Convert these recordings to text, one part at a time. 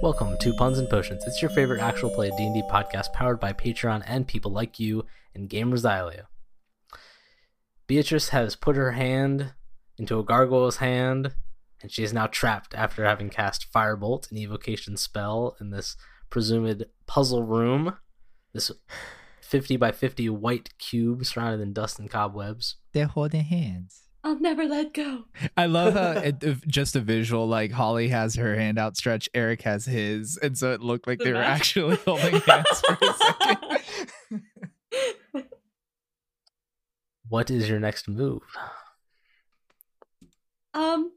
Welcome to Puns and Potions. It's your favorite actual play D&D podcast powered by Patreon and people like you and Gamers Islea. Beatrice has put her hand into a gargoyle's hand, and she is now trapped after having cast Firebolt, an evocation spell, in this presumed puzzle room. This 50 by 50 white cube surrounded in dust and cobwebs. They're holding hands. I'll never let go. I love how it, if- just a visual like Holly has her hand outstretched, Eric has his, and so it looked like The they were match. actually holding hands for a second. What is your next move? Um,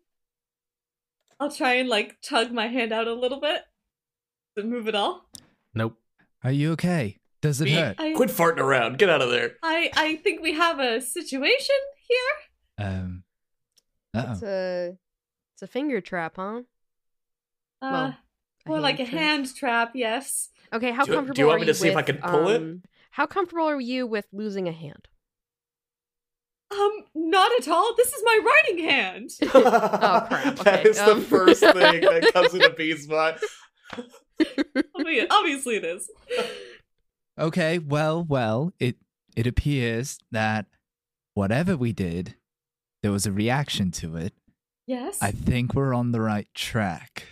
I'll try and like tug my hand out a little bit. Does it move at all? Nope. Are you okay? Does it Me? hurt? I, Quit farting around. Get out of there. I, I think we have a situation here. Um, Oh. uh It's a it's a finger trap, huh? Uh, Well, A more like a trap. hand trap, yes. Okay, how Do you- do you comfortable want are me you to see if I with, can pull it? um, How comfortable are you with losing a hand? Um, not at all. This is my writing hand. oh crap, That okay, is um. the first thing that comes into B's mind. I mean, obviously it is. Okay, well, well, it it appears that whatever we did, there was a reaction to it. Yes. I think we're on the right track.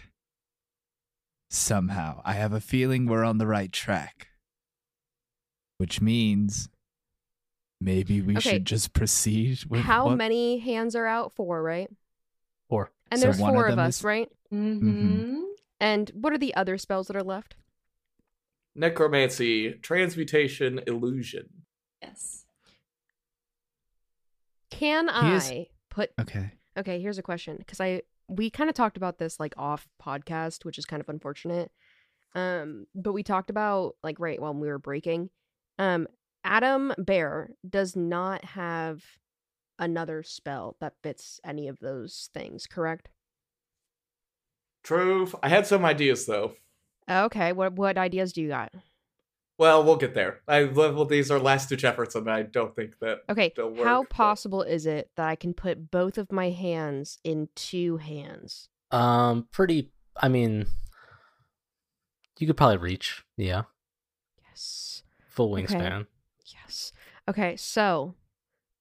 Somehow, I have a feeling we're on the right track. Which means maybe we Okay. should just proceed with how what- many hands are out? Four, right? Or And So there's one of four of, them us, is- right? Mm-hmm. And what are the other spells that are left? Necromancy, transmutation, illusion. Yes. Can He is- I put Okay. Okay, here's a question because I we kind of talked about this like off podcast, which is kind of unfortunate. Um, but we talked about like right while we were breaking. Um, Adam Bear does not have another spell that fits any of those things, correct? True. I had some ideas though. Okay, what what ideas do you got? Well, we'll get there. I well, these are last ditch efforts, and I don't think that. Okay, They'll how work, but- possible is it that I can put both of my hands in two hands? um pretty I mean you could probably reach. Yeah. Yes. Full Okay. wingspan. Yes. Okay, so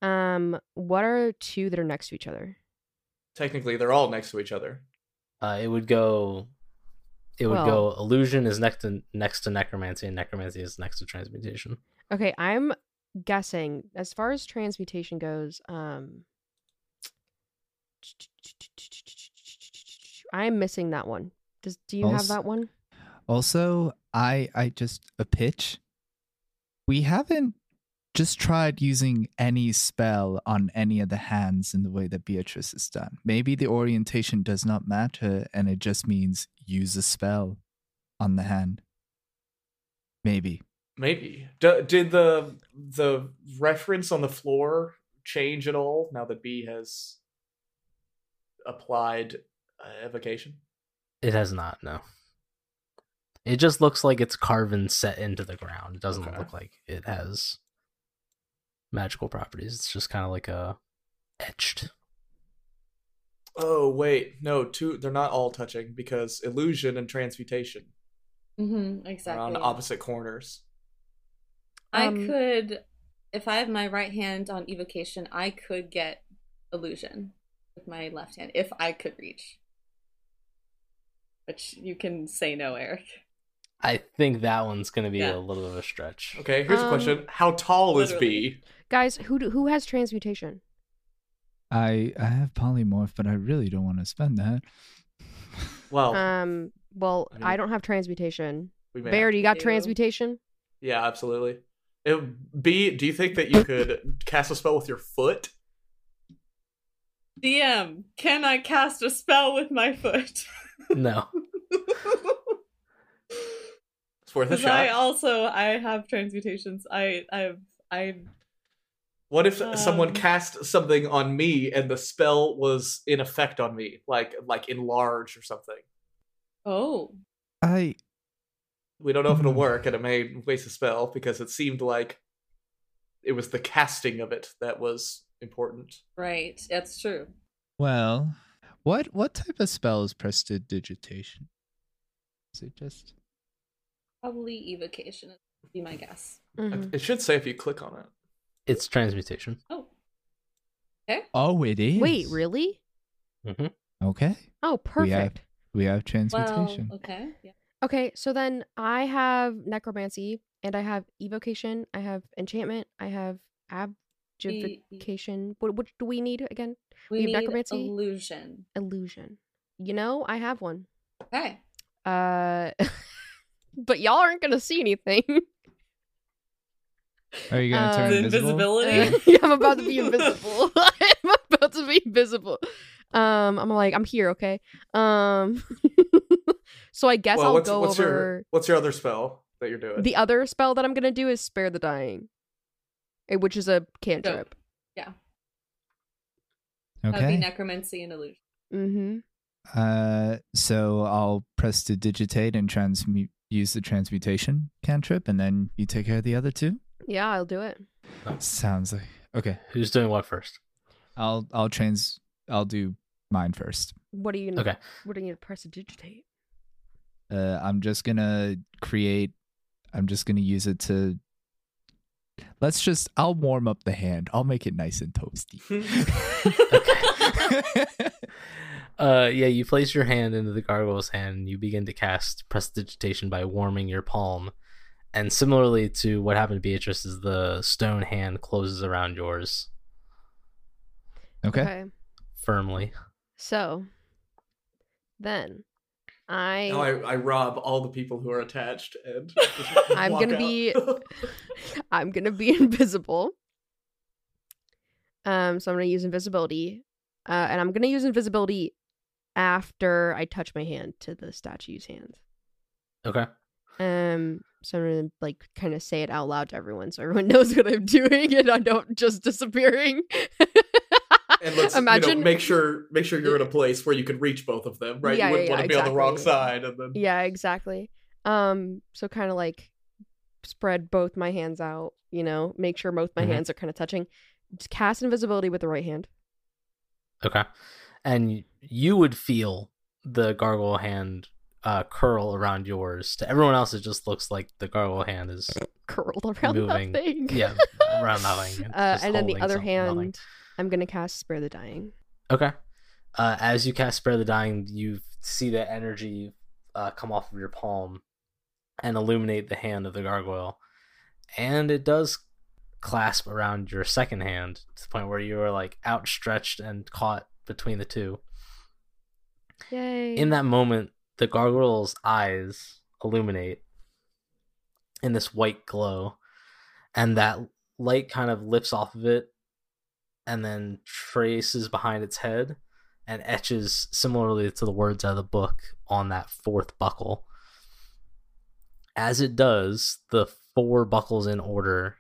um what are two that are next to each other? Technically, they're all next to each other. Uh, it would go. It would Well- go. Illusion is next to next to necromancy, and necromancy is next to transmutation. Okay, I'm guessing as far as transmutation goes, um I'm missing that one. Does do you have Also- that one? Also, I I just a pitch. We haven't just tried using any spell on any of the hands in the way that Beatrice has done. Maybe the orientation does not matter and it just means use a spell on the hand. Maybe. Maybe. D- did the the reference on the floor change at all now that B has applied uh, evocation? It has not. No. It just looks like it's carven set into the ground. It doesn't Okay. look like it has magical properties. It's just kind of like a etched. Oh wait, no, two. They're not all touching because illusion and transmutation Mm-hmm. are Exactly. on opposite corners. I Um, could, if I have my right hand on evocation, I could get illusion with my left hand if I could reach. Which you can say no, Eric. I think that one's gonna be Yeah. a little bit of a stretch. Okay, here's Um, a question: How tall is literally. B? Guys, who do, who has transmutation? I I have polymorph, but I really don't want to spend that. Well, Uh, Um well, Oh. I I, mean- don't have transmutation. we may. Bear, do you got do. transmutation? Yeah, absolutely. It, B, do you think that you could cast a spell with your foot? DM, can I cast a spell with my foot? No. It's worth a Because I shot. also I have transmutations. I I've I What if someone Um. cast something on me and the spell was in effect on me, like like enlarge or something? oh I We don't know if it'll Hmm. work, and it may waste a spell because it seemed like it was the casting of it that was important. right that's true. well, what what type of spell is prestidigitation? Is it just Probably evocation would be my guess. Mhm. It should say if you click on it. It's transmutation. Oh, Oh it is. Wait, really? hmm Okay. Oh, We have- perfect. We have well, transmutation. okay. Yeah. Okay, so then I have necromancy and I have evocation, I have enchantment, I have We, abjuration. What, what do we need again? we have need necromancy? illusion. Illusion. You know, I have one. Okay. Uh but y'all aren't going to see anything. Are you gonna Uh, Um, turn The invisible? Uh, yeah, I'm about to be invisible. I'm about to be invisible. Um, I'm like, I'm here, okay. Um, so I guess I'll what's, go what's your over. what's your other spell that you're doing? The other spell that I'm gonna do is spare the dying, eh, which is a cantrip. That would be Okay. necromancy and illusion. Mm-hmm. Uh, so I'll press to digitate and transmute use the transmutation cantrip, and then you take care of the other two. Yeah, I'll do it. Sounds like okay. Who's doing what first? I'll I'll trans I'll do mine first. What are you gonna? Okay. What are you gonna press to digitate? Uh, I'm just gonna create. I'm just gonna use it to. Let's just. I'll warm up the hand. I'll make it nice and toasty. Uh, yeah, you place your hand into the gargoyle's hand and you begin to cast prestidigitation by warming your palm. And similarly to what happened to Beatrice, is the stone hand closes around yours okay. firmly. So then, I Now Oh, I, I rob all the people who are attached and just I'm walk gonna out. be- I'm gonna be invisible. Um, so I'm gonna use invisibility, uh, and I'm gonna use invisibility after I touch my hand to the statue's hand. Okay. Um, so I'm gonna like kind of say it out loud to everyone, so everyone knows what I'm doing, and I don't just disappearing. and let's imagine you imagine know, make sure make sure you're in a place where you can reach both of them, right? Yeah, you wouldn't yeah, want to yeah, be on the wrong exactly. side and then Yeah, exactly. Um, so kind of like spread both my hands out, you know, make sure both my Mhm. hands are kind of touching. Just cast invisibility with the right hand. Okay. And y- you would feel the gargoyle hand uh, curl around yours. To everyone else, it just looks like the gargoyle hand is, curled around Moving. that thing. yeah, around nothing. It's Uh, just and then the holding other something, hand, nothing. I'm gonna cast Spare the Dying. Okay. Uh, as you cast Spare the Dying, you see that energy uh, come off of your palm and illuminate the hand of the gargoyle. And it does clasp around your second hand to the point where you are like outstretched and caught between the two. Yay! In that moment, the gargoyle's eyes illuminate in this white glow, and that light kind of lifts off of it and then traces behind its head and etches similarly to the words out of the book on that fourth buckle. As it does, the four buckles in order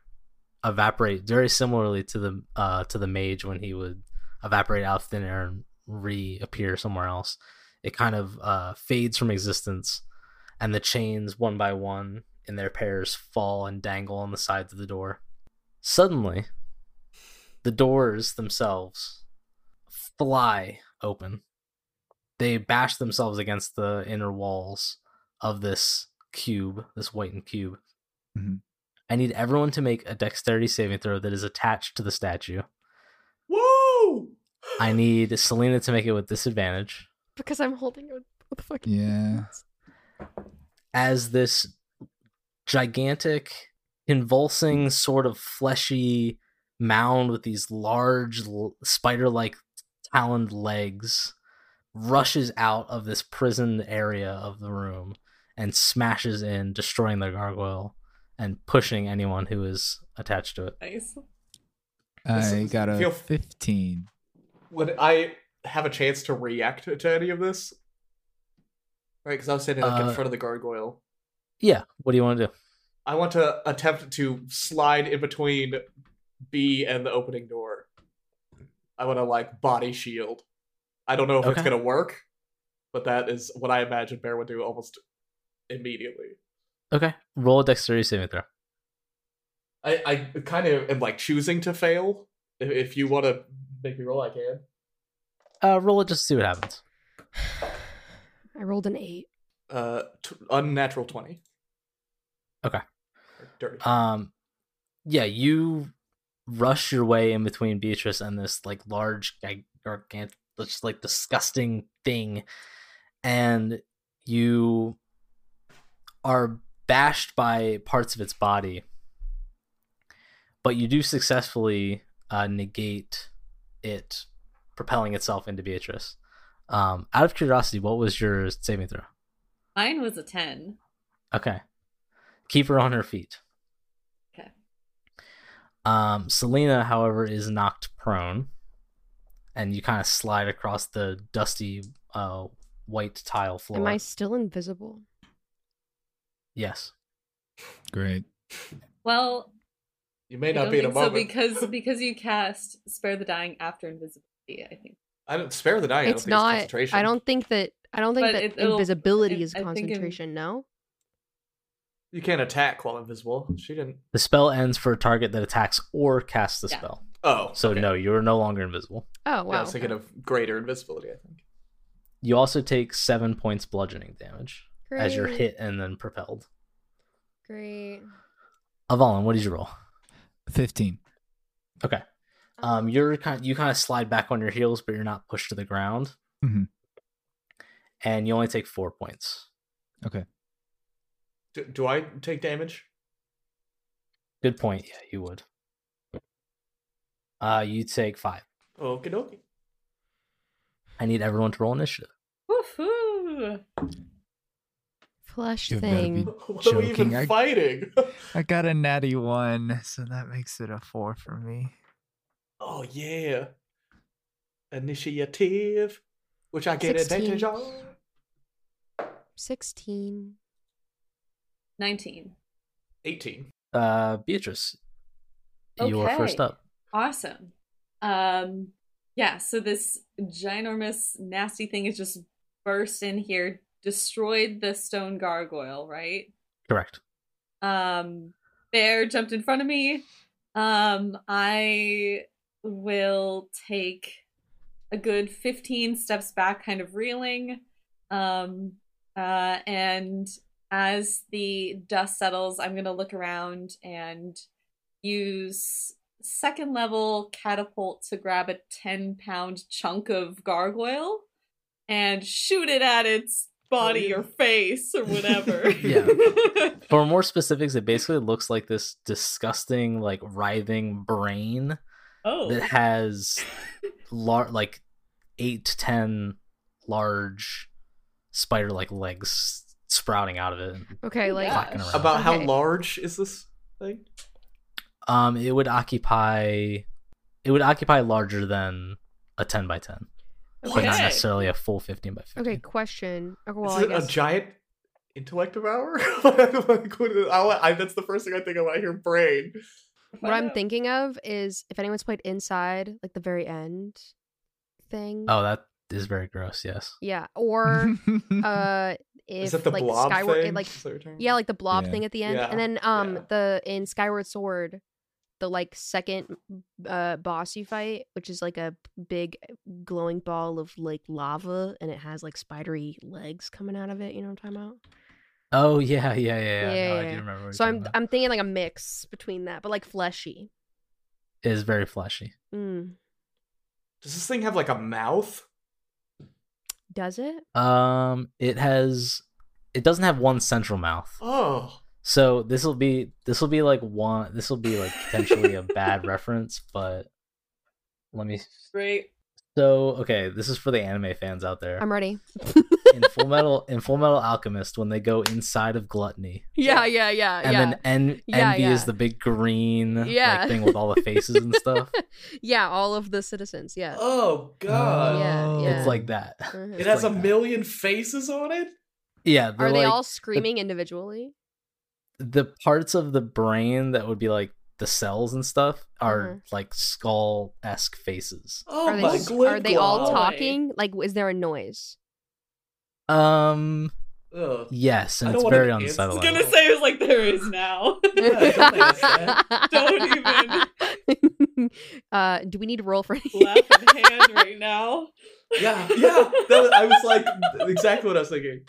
evaporate very similarly to the uh, to the mage when he would evaporate out of thin air and reappear somewhere else it kind of uh, fades from existence, and the chains, one by one, in their pairs, fall and dangle on the sides of the door. Suddenly, the doors themselves fly open. They bash themselves against the inner walls of this cube, this whitened cube. Mhm. I need everyone to make a dexterity saving throw that is attached to the statue. Woo! I need Selena to make it with disadvantage. because I'm holding it with both fucking Yeah. hands. as this gigantic, convulsing sort of fleshy mound with these large l- spider-like taloned legs rushes out of this prison area of the room and smashes in, destroying the gargoyle and pushing anyone who is attached to it. Nice. I This- got a feel- fifteen. Would I have a chance to react to any of this? Right, because I was standing like in Uh, front of the gargoyle. Yeah, what do you want to do? I want to attempt to slide in between B and the opening door. I want to like body shield. I don't know if it's Okay. gonna work, but that is what I imagine Bear would do almost immediately. Okay, roll a dexterity saving throw. I, I kind of am like choosing to fail. If, if you want to make me roll, I can. Uh, roll it just to see what happens. I rolled an eight. Uh, t- unnatural twenty. Okay. Or Dirty. Um, yeah, you rush your way in between Beatrice and this like large, gig- gargant, just like disgusting thing, and you are bashed by parts of its body, but you do successfully uh, negate it propelling itself into Beatrice. Um, out of curiosity, what was your saving throw? Mine was a 10. Okay. Keep her on her feet. Okay. Um, Selena, however, is knocked prone, and you kind of slide across the dusty uh, white tile floor. Am I still invisible? Yes. Great. Well, you may I not don't be in a think so moment. because because you cast Spare the Dying after Invisibility, I think. I don't spare the dying. it's I don't think not. concentration. I don't think that. I don't think But that it- it'll- invisibility it- is I think it- concentration. No. You can't attack while invisible. She didn't. The spell ends for a target that attacks or casts the Yeah. spell. Oh, So, okay. no, you're no longer invisible. Oh wow. Yeah, I was thinking of greater invisibility. I think. You also take seven points bludgeoning damage as you're hit and then propelled. Great. Avalon, what is your roll? 15. Okay. Uh-huh. Um, you're kind you kind of slide back on your heels, but you're not pushed to the ground. Mm-hmm. Mhm. And you only take four points Do, do I take damage? Good point. Yeah, you would. Uh, you take five. Okie dokie. I need everyone to roll initiative. Woohoo! Flush You've gotta thing. be- What are we Joking, even I- fighting? I got a natty one, so that makes it a four for me. oh yeah. Initiative, which I get 16. advantage on. Sixteen. 19. Eighteen. Uh, Beatrice, you're first Okay. up. Awesome. Um, yeah, so this ginormous, nasty thing is just burst in here, destroyed the stone gargoyle, right? Correct. um bear jumped in front of me um i will take a good 15 steps back kind of reeling um uh and as the dust settles i'm gonna look around and use second level catapult to grab a 10 pound chunk of gargoyle and shoot it at its body yeah. or face or whatever Yeah. For more specifics, it basically looks like this disgusting, like writhing brain Oh. that has lar- like eight to ten large spider-like legs sprouting out of it. Okay. Oh, Like gosh. Clacking around. About how Okay. large is this thing? Um, it would occupy, it would occupy larger than a ten by ten. but not Okay. necessarily a full 15 by 15. Okay. Question. Okay. Well, is I it a guess. giant intellect devourer? Like, what is- I- I- that's the first thing I think of when I hear brain. what Find I'm out. thinking of is if anyone's played Inside, like the very end thing. Oh, that is very gross. Yes. Yeah. Or uh, if is that the like blob Skyward, thing? like Is that what you're talking yeah, about? like the blob Yeah. thing at the end, Yeah. and then um Yeah. the in Skyward Sword, the like second uh boss you fight, which is like a big glowing ball of like lava, and it has like spidery legs coming out of it. You know what I'm talking about? Oh yeah, yeah, yeah, yeah. Yeah, no, yeah, I do yeah. remember. What so I'm I'm thinking like a mix between that, but like fleshy. it is very fleshy. Mm. Does this thing have like a mouth? Does it? Um, it has, it doesn't have one central mouth. Oh, So this will be this will be like one. This will be like potentially a bad reference, but let me. Great. So okay, this is for the anime fans out there. I'm ready. in Full Metal, in Full Metal Alchemist, when they go inside of Gluttony, Yeah, yeah, yeah, and Uh, yeah. then en- Yeah, envy is yeah. the big green Yeah. like, thing with all the faces and stuff. yeah, all of the citizens. Yeah. oh god! Yeah, yeah. It's like that. Uh-huh. It has Oh. like a that. million faces on it. Yeah, they're Are they like all screaming individually? the parts of the brain that would be like the cells and stuff are Uh-huh. like skull esque faces. Oh Are they, my s- good are they all God. talk- talking? Like, is there a noise? Um, Ugh. yes, I and don't it's wanna very answer- It's I was unsettling. gonna say it was like there is now. Yeah, don't ask that. Don't even. uh, do we need to roll for anything? Laugh in hand right now. Yeah, yeah. That was- I was like exactly what I was thinking.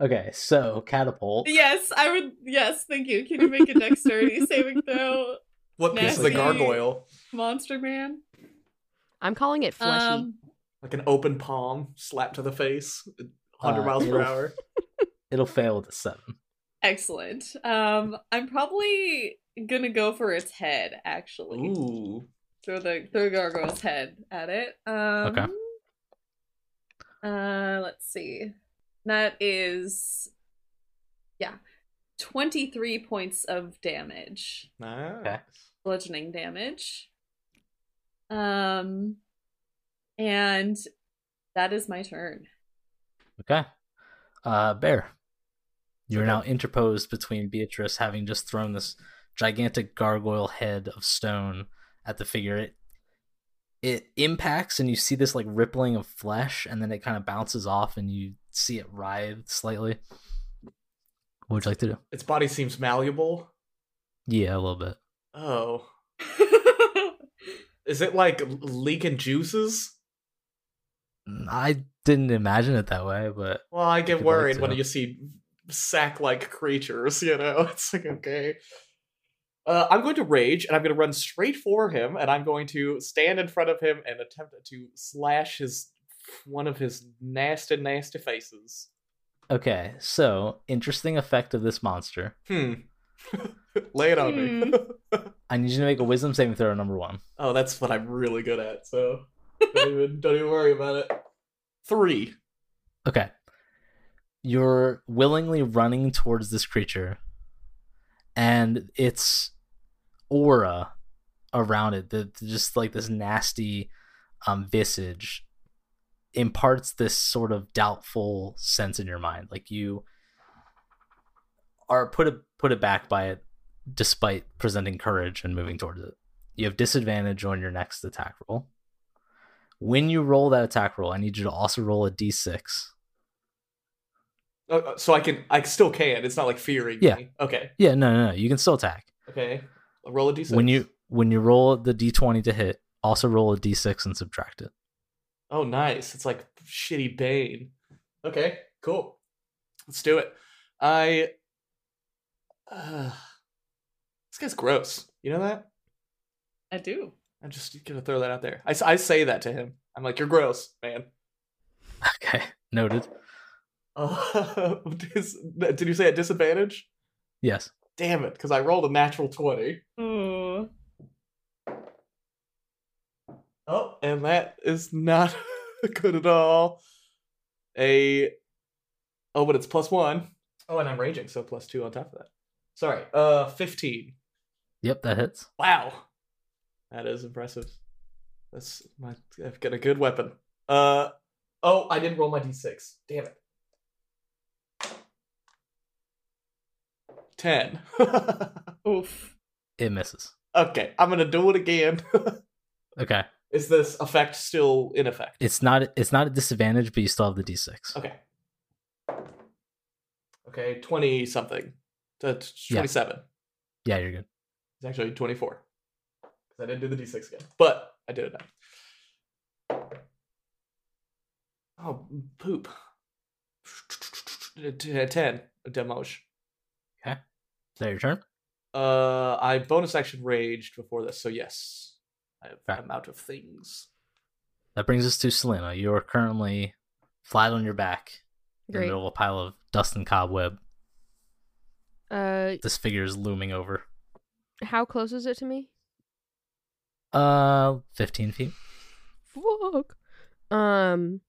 Okay, so catapult. Yes, I would. Yes, thank you. Can you make a dexterity saving throw, What piece of the Nasty. gargoyle? Monster Man? I'm calling it fleshy. Um, Like an open palm, slap to the face, 100 Uh, miles per it'll- hour. It'll fail with a seven. excellent. Um, I'm probably gonna go for its head. Actually, Ooh. throw the throw gargoyle's head at it. Um, Okay. Uh, let's see. That is, yeah, twenty three points of damage, Nice. bludgeoning damage. Um, and that is my turn. Okay. Uh, bear. You are now interposed between Beatrice having just thrown this gigantic gargoyle head of stone at the figure. It it impacts and you see this like rippling of flesh, and then it kind of bounces off and you see it writhe slightly. What would you like to do? Its body seems malleable. Yeah, a little bit. Oh. Is it like leaking juices? I didn't imagine it that way, but Well, I If get you'd like worried when to. you see sack like creatures, you know? It's like, okay. Uh, I'm going to rage and I'm going to run straight for him and I'm going to stand in front of him and attempt to slash his one of his nasty, nasty faces. okay. So interesting effect of this monster. Hmm. Lay it on me. I need you to make a wisdom saving throw. Number one. oh, that's what I'm really good at, so don't even, don't even worry about it. Three. Okay. You're willingly running towards this creature, and its aura around it, the, the- just like this nasty um, visage, imparts this sort of doubtful sense in your mind. Like you are put put aback by it, despite presenting courage and moving towards it. You have disadvantage on your next attack roll. When you roll that attack roll, I need you to also roll a d6. Oh, uh, so I can, I still can. It's not like fearing Yeah. me. Okay. Yeah, no, no, no. You can still attack. Okay. I'll roll a d6. When you when you roll the d20 to hit, also roll a d6 and subtract it. Oh, nice. It's like shitty Bane. Okay, cool. Let's do it. I. Uh, this guy's gross. You know that? I do. I'm just gonna throw that out there. I, s- I say that to him. I'm like, you're gross, man. Okay, noted. Oh, dis- did you say at disadvantage? Yes. Damn it, because I rolled a natural 20. Ooh. Oh, and that is not good at all. A oh, but it's plus one. Oh, and I'm raging, so plus two on top of that. Sorry, uh, fifteen. Yep, that hits. Wow, that is impressive. That's my. I've got a good weapon. Uh, oh, I didn't roll my d6. Damn it. Ten. Oof. It misses. okay, I'm gonna do it again. Okay. is this effect still in effect? It's not it's not a disadvantage, but you still have the d6. Okay. Okay, 20 something. That's Yeah. 27. Yeah, you're good. It's actually 24. 'Cause I didn't do the d6 again. But I did it now. Oh, poop. 10. Demolish. Is that your turn? Uh, I bonus action raged before this, so yes. I have Okay. I'm out of things. That brings us to Selena. You are currently flat on your back in Great. the middle of a pile of dust and cobweb. Uh, This figure is looming over. how close is it to me? Uh, 15 feet. Fuck. Um,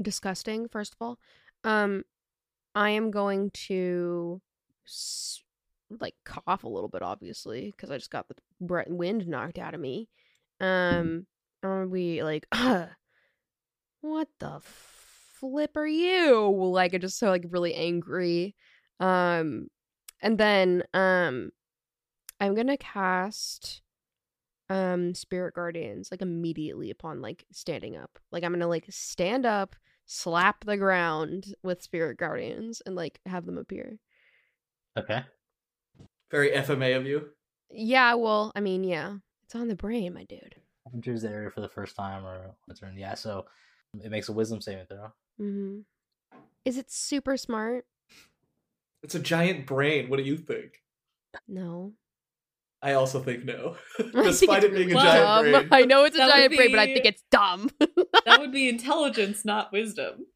disgusting. First of all, um, I am going to s- like cough a little bit, obviously, because I just got the bre- wind knocked out of me. Um, I'm gonna be like, what the flip are you? Like, I just so like really angry. Um, and then um, I'm gonna cast um spirit guardians like immediately upon like standing up like i'm gonna like stand up slap the ground with spirit guardians and like have them appear Okay. Very FMA of you. yeah well i mean yeah it's on the brain my dude enters the area for the first time or return. Yeah, so it makes a wisdom saving throw. mm-hmm. Is it super smart? It's a giant brain. What do you think? No. I also think no. I think Despite it it's being a really giant brain. dumb. I know it's a That would giant brain, but I be- think it's dumb. That would be intelligence, not wisdom.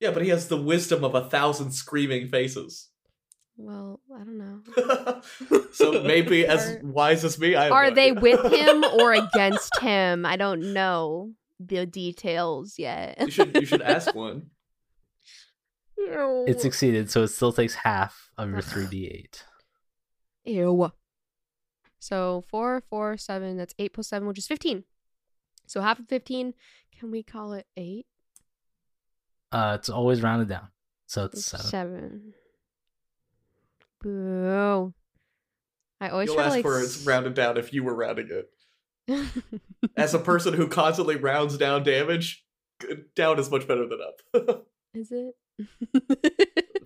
Yeah, but he has the wisdom of a thousand screaming faces. well, I don't know. so maybe as Are- wise as me, I have Are no they idea. with him or against him? I don't know the details yet. you should you should ask one. Ew. It succeeded, so it still takes half of your 3d8. Ew. So four, four, seven. That's eight plus seven, which is fifteen. So half of fifteen. Can we call it eight? Uh, it's always rounded down, so it's Seven. seven. Boo. I always You'll try ask to like. for it's rounded down if you were rounding it. As a person who constantly rounds down damage, g- down is much better than up. is it?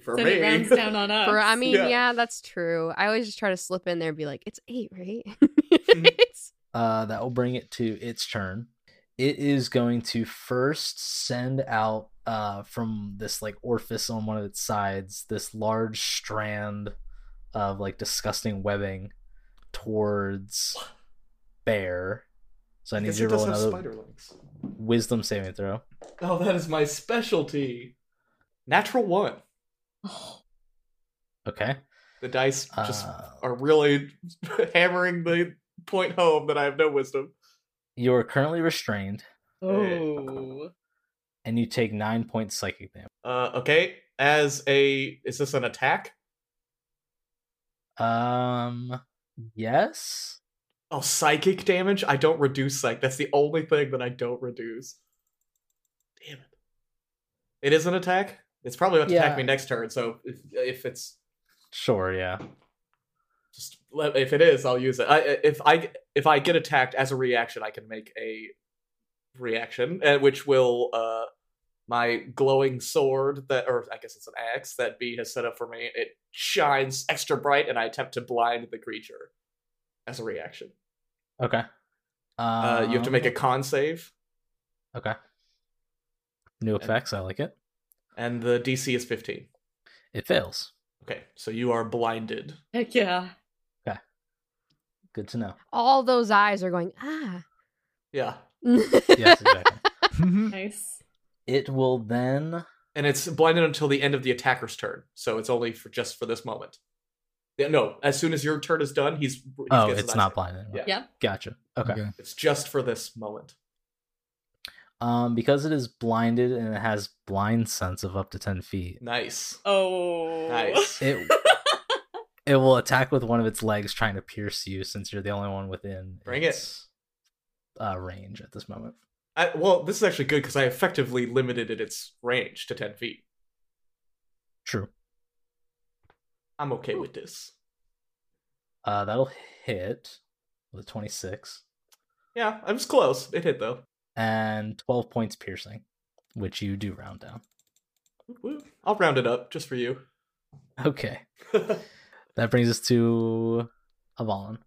For so me. it rounds down on us. For, I mean, Yeah. yeah. that's true. I always just try to slip in there and be like, "It's eight, right?" Mm-hmm. It's- Uh, that will bring it to its turn. It is going to first send out uh, from this like orifice on one of its sides this large strand of like disgusting webbing towards bear. So I need Guess you it to roll does have another spider legs. wisdom saving throw. Oh, that is my specialty. Natural one. Okay. The dice just Uh, are really hammering the point home that I have no wisdom. you are currently restrained, oh. and you take nine points psychic damage. Uh, okay. As a, is this an attack? Um. Yes. Oh, psychic damage? I don't reduce psych. That's the only thing that I don't reduce. Damn it. It is an attack? It's probably about to attack Yeah. me next turn, so if, if it's Sure. Yeah. just let- if it is, I'll use it. I, if I if I get attacked as a reaction, I can make a reaction, uh, which will uh my glowing sword that, or I guess it's an axe that B has set up for me. It shines extra bright, and I attempt to blind the creature as a reaction. Okay. Um, Uh, you have to make a Ah. con save, Okay. New effects. I like it. and the DC is fifteen. It fails. Okay, so you are blinded. Heck yeah. Good to know. all those eyes are going ah. Yeah, Yes, exactly. Nice. it will then. and it's blinded until the end of the attacker's turn, so it's only for just for this moment. Yeah, no, as soon as your turn is done, he's. he Oh, gets it's an not attack. blind anymore. Yeah. Yeah. Gotcha. Okay. okay. It's just for this moment. Um, because it is blinded and it has blind sense of up to ten feet, Nice, Oh. nice. it it will attack with one of its legs trying to pierce you since you're the only one within Bring it. its, uh, range at this moment. I, well, this is actually good because I effectively limited it its range to ten feet. True. I'm okay with this. Uh, that'll hit with a twenty six Yeah, I was close. It hit though. and twelve points piercing, which you do round down. Woo. I'll round it up just for you. Okay. That brings us to Avalon.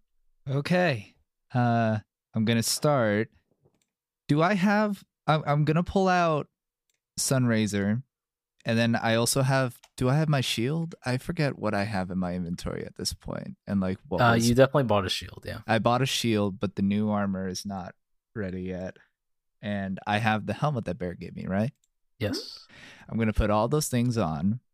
Okay. Uh, I'm gonna start. Do I have? I'm, I'm gonna pull out Sunraiser, and then I also have. Do I have my shield? I forget what I have in my inventory at this point, and like what Uh, was- you definitely bought a shield, yeah. I bought a shield, but the new armor is not ready yet, and I have the helmet that Bear gave me. Right. Yes. I'm gonna put all those things on.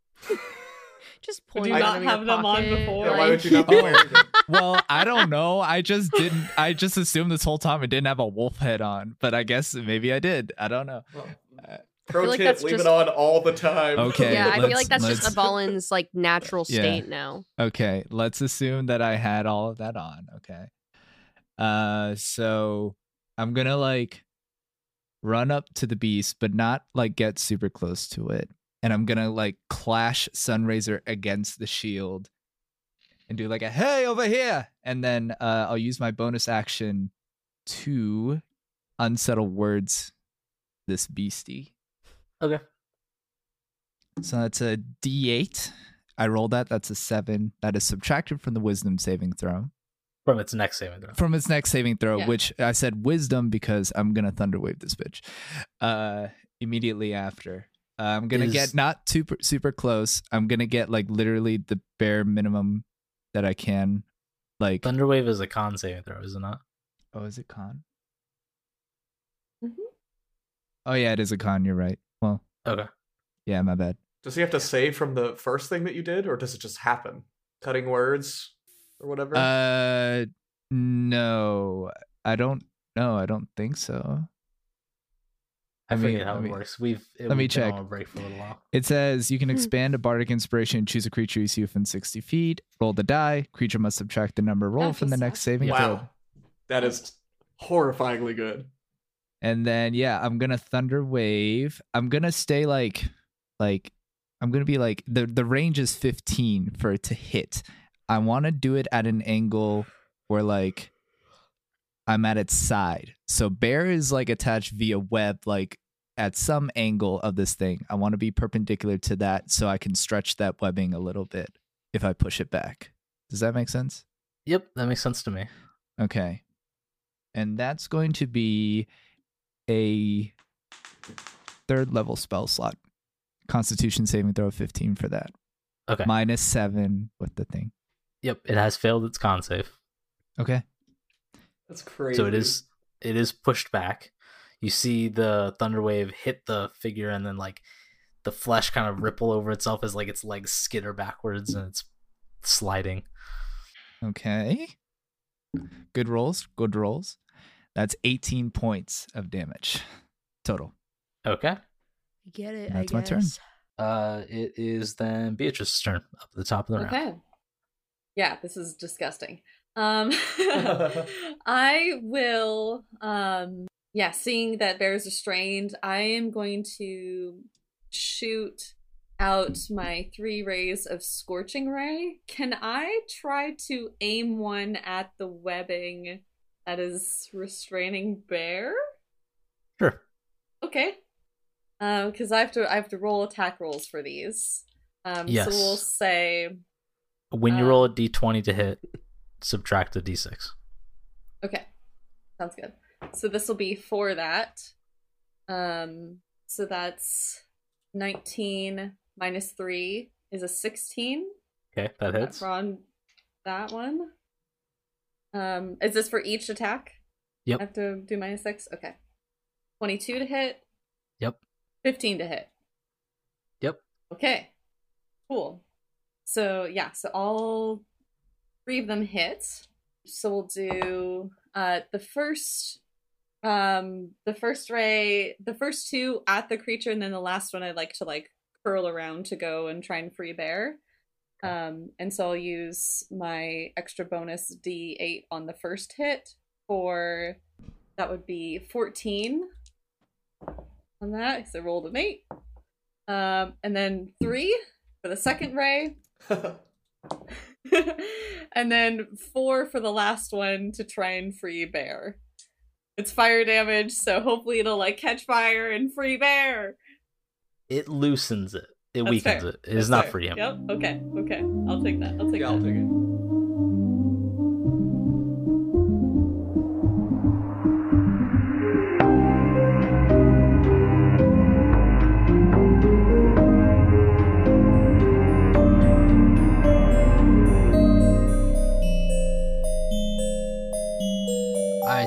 just Would point. you at not them in your have them on pocket, before? Yeah, why like- would you not? be Oh. wearing it? Well, I don't know. I just didn't. I just assumed this whole time I didn't have a wolf head on, but I guess maybe I did. I don't know. Well, I Pro feel like tip: that's leave it just- on all the time. Okay, yeah, I feel let's- like that's just let's- Avalon's like natural Yeah. state now. Okay, let's assume that I had all of that on. Okay. Uh so I'm going to like run up to the beast but not like get super close to it. And I'm going to like clash Sunraiser against the shield and do like a hey over here and then uh I'll use my bonus action to unsettle words this beastie. Okay. So that's a D8. I rolled that. That's a seven. That is subtracted from the wisdom saving throw. From its next saving throw. From its next saving throw, Yeah. which I said wisdom because I'm gonna thunderwave this bitch. Uh immediately after. I'm gonna Is- get not super super close. I'm gonna get like literally the bare minimum that I can. Like Thunderwave is a con saving throw, is it not? oh, is it con? Mhm. Oh yeah, it is a con. You're right. Well, Okay. yeah, my bad. Does he have to save from the first thing that you did, or does it just happen? Cutting words or whatever. Uh, no, I don't. No, I don't think so. I Let me- forget how let it me- works. We've it, let me we've been check. on a break for a little while. It says you can Hmm. expand a bardic inspiration. Choose a creature you see within 60 feet. Roll the die. Creature must subtract the number rolled That from the feels next nice. saving throw. wow, that is horrifyingly good. And then yeah, I'm gonna thunder wave. I'm gonna stay like like I'm gonna be like the the range is 15 for it to hit. I wanna do it at an angle where like I'm at its side. So bear is like attached via web, like at some angle of this thing. I wanna be perpendicular to that so I can stretch that webbing a little bit if I push it back. Does that make sense? Yep, that makes sense to me. Okay. And that's going to be a third level spell slot. Constitution saving throw of 15 for that. Okay. Minus 7 with the thing. yep, it has failed its con save. Okay. That's crazy. So it is it is pushed back. You see the thunder wave hit the figure and then like the flesh kind of ripple over itself as like its legs skitter backwards and it's sliding. Okay. Good rolls. Good rolls. That's 18 points of damage total. Okay. Get it. That's I my turn. guess. Uh it is then Beatrice's turn up at the top of the round. Okay. Yeah, this is disgusting. Um I will um yeah, seeing that bears are strained, I am going to shoot out my three rays of scorching ray. Can I try to aim one at the webbing that is restraining bear? Sure. Okay. Um, because I have to I have to roll attack rolls for these. Um Yes. so we'll say When you Uh, roll a D twenty to hit, subtract a D six. Okay. Sounds good. So this will be for that. Um so that's 19 minus 3 is a 16. Okay, that hits. We're on that one. Um is this for each attack? Yep. I have to do minus 6. Okay. 22 to hit. Yep. 15 to hit. Yep. Okay. Cool. So yeah, so all three of them hit. So we'll do uh the first um the first ray the first two at the creature and then the last one I'd like to like curl around to go and try and free bear. Um and so I'll use my extra bonus D eight on the first hit for that would be fourteen on that because I rolled an eight. Um, and then three for the second ray, and then four for the last one to try and free bear. It's fire damage, so hopefully it'll like catch fire and free bear. It loosens it. It That's weakens fair. it. It is not Sorry. for him. Yep. Okay. Okay. I'll take that. I'll take yeah, that. I'll take it. I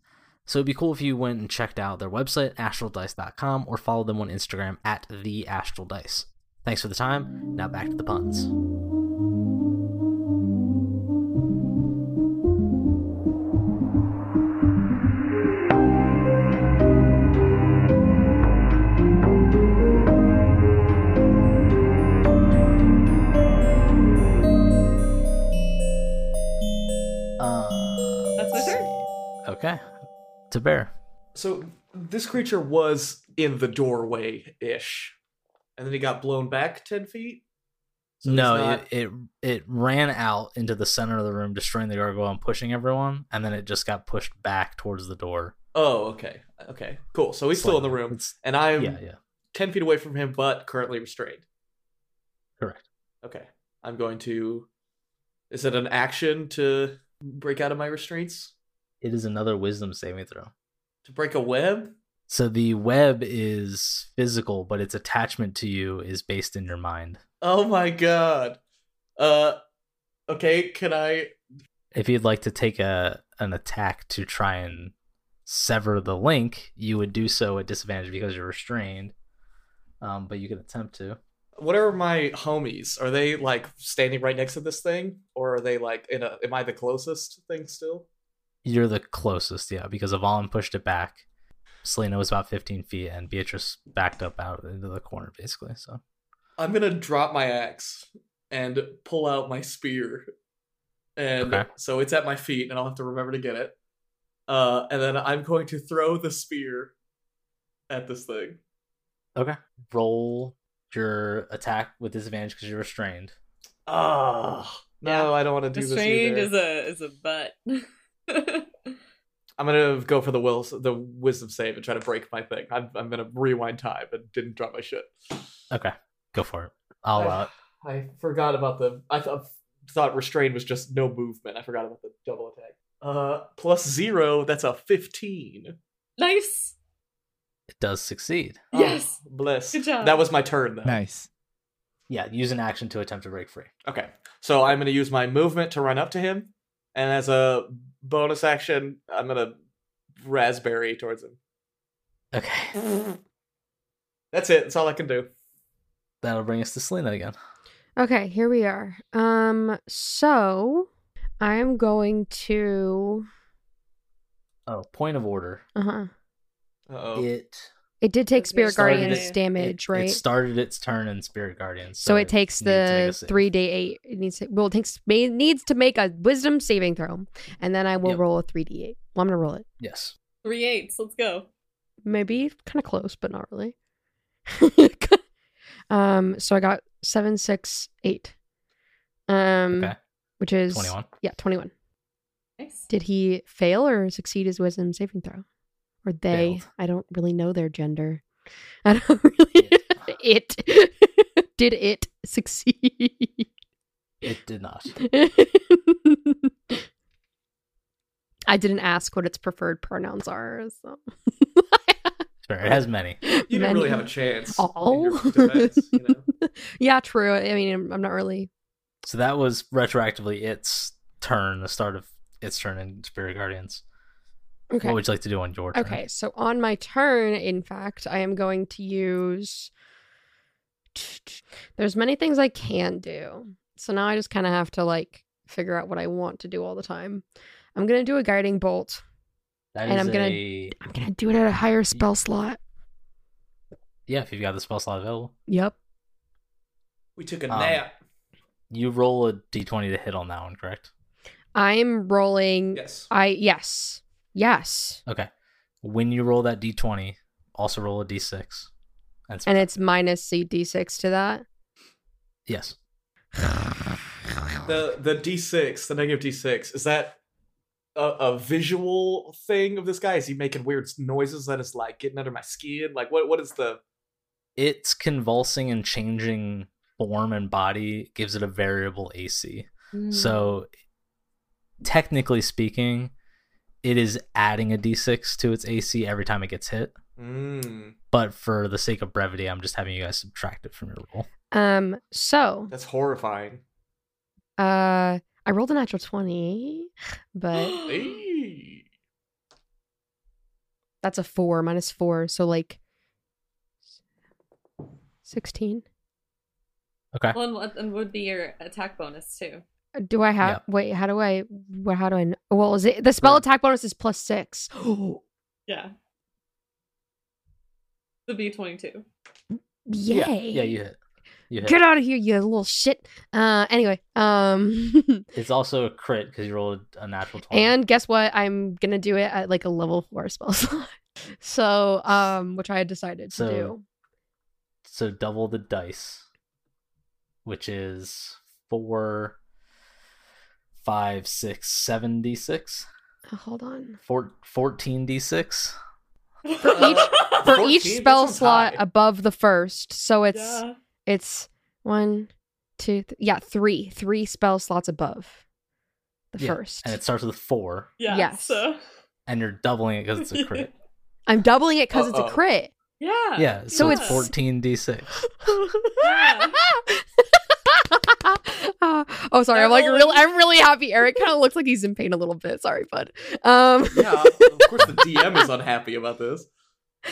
So it'd be cool if you went and checked out their website, astraldice.com, or follow them on Instagram at the Astral Dice. Thanks for the time. Now back to the puns. Uh, That's my turn. okay. To bear. So this creature was in the doorway ish, and then he got blown back ten feet. So he's no, not- it, it it ran out into the center of the room, destroying the gargoyle and pushing everyone, and then it just got pushed back towards the door. oh, okay, okay, cool. So he's still in the room, It's- and I'm yeah, yeah. ten feet away from him, but currently restrained. Correct. Okay, I'm going to. Is it an action to break out of my restraints? It is another wisdom saving throw. To break a web? So the web is physical, but its attachment to you is based in your mind. Oh my god. Uh, okay. Can I? If you'd like to take a an attack to try and sever the link, you would do so at disadvantage because you're restrained. Um, but you can attempt to. What are my homies? Are they like standing right next to this thing, or are they like in a? Am I the closest thing still? You're the closest, yeah, because Avalon pushed it back. Selena was about 15 feet, and Beatrice backed up out into the corner, basically. So I'm gonna drop my axe and pull out my spear, and Okay. so it's at my feet, and I'll have to remember to get it. Uh, and then I'm going to throw the spear at this thing. roll your attack with disadvantage because you're restrained. Ah, no, I don't want to do this Restrained either. is a is a butt. I'm gonna go for the will, the wisdom save, and try to break my thing. I'm, I'm gonna rewind time and didn't drop my shit. Okay, go for it. I'll uh, allow it. I forgot about the. I th- thought restrained was just no movement. I forgot about the double attack. Uh, plus zero. That's a fifteen. nice. It does succeed. Oh, Yes. bless. Good job. That was my turn though. Nice. Yeah, use an action to attempt to break free. Okay, so I'm gonna use my movement to run up to him, and as a bonus action, I'm gonna raspberry towards Okay, him. That's it. That's all I can do. that'll bring us to Selena again. Okay, here we are. Um, so I am going to. Oh, point of order. Uh huh. Uh-oh. It It did take Because we Spirit started Guardian's it- Oh. damage, it- right? It started its turn in Spirit Guardian, so it takes needed to make a the save. three d eight. It needs to, well, it takes it needs to make a Wisdom saving throw, and then I will Yep. roll a three d eight. Well, I'm gonna roll it. Yes. Three eights. Let's go. Maybe kind of close, but not really. um, so I got seven, six, eight. Um, Okay. which is Twenty-one. Yeah, twenty one. Nice. Did he fail or succeed his wisdom saving throw? Or they? Failed. I don't really know their gender. I don't really. it. Did it succeed? It did not. I didn't ask what its preferred pronouns are. So. Sure, it has many. You didn't really have a Many. chance. in All. your defense, you know? yeah, true. I mean, I'm- I'm not really. So that was retroactively its turn, the start of its turn in Spirit Guardians. Okay. What would you like to do on your turn? Okay, so on my turn, in fact, I am going to use. There's many things I can do. So now I just kind of have to like figure out what I want to do all the time. I'm going to do a guiding bolt. That And is I'm gonna- a- I'm going to do it at a higher spell slot. yeah. If you've got the spell slot available, Yep. We took a Um, nap. you roll a d20 to hit on that one, correct? I'm rolling. Yes. I, yes. Yes. Okay. When you roll that d20, also roll a d6. And, And it's minus CD6 to that. yes, The the D six, the negative D six, is that a, a visual thing of this guy? Is he making weird noises that is like getting under my skin? Like what what is the it's convulsing and changing form and body gives it a Hmm. variable AC. So technically speaking, it is adding a d6 to its AC every time it gets hit. Mm, But for the sake of brevity, I'm just having you guys subtract it from your roll. Um, so that's horrifying. uh I rolled a natural twenty, but Hey. that's a four minus four, so like sixteen. Okay. Well, and what- and would be your attack bonus too. Uh, Do I have wait? How do I? What? How do I? kn- Well, is it the spell Roll. attack bonus is plus six? Yeah. The B twenty two. Yay! Yeah. Yeah, you hit. You hit. Get out of here, you little shit. Uh, anyway, um, It's also a crit because you rolled a natural 20. and guess what? I'm gonna do it at like a level four spell slot. So, um, which I had decided to So- do. so double the dice, which is four, five, six, seven d6, Uh, Hold on. four, 14 d6 For each- For 14? each That spell sounds slot high. above the first, so it's yeah. it's one, two, th- yeah, three, three spell slots above the Yeah, first. and it starts with four Yeah. yes. So and you're doubling it because it's a crit. I'm doubling it because it's a Uh-oh. crit. yeah. yeah, so So it's it's- 14 d6. Uh, oh, sorry. I'm like Emily. real. I'm really happy. Eric kind of looks like he's in pain a little bit. Sorry, bud. Um, yeah, of course the DM is unhappy about this.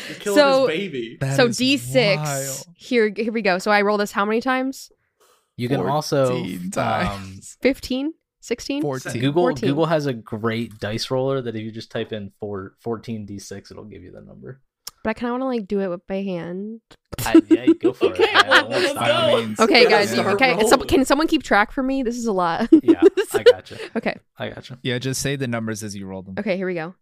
He's killing So- his baby. That so is D six. wild. Here, here we go. So I roll this how many times? You can also 14 um, times. 15? 16? 14. Google 14. Google has a great dice roller that if you just type in four, 14 d6, it'll give you the number. But I kind of want to like do it with my hand. I, yeah, you go for Okay, it. Yeah, well, that's let's fine. go. I mean, Okay, Yeah, guys. yeah. Okay, Start some, rolling. can someone keep track for me? This is a lot. Yeah, I gotcha. okay. I gotcha. Yeah, just say the numbers as you roll them. Okay, here we go.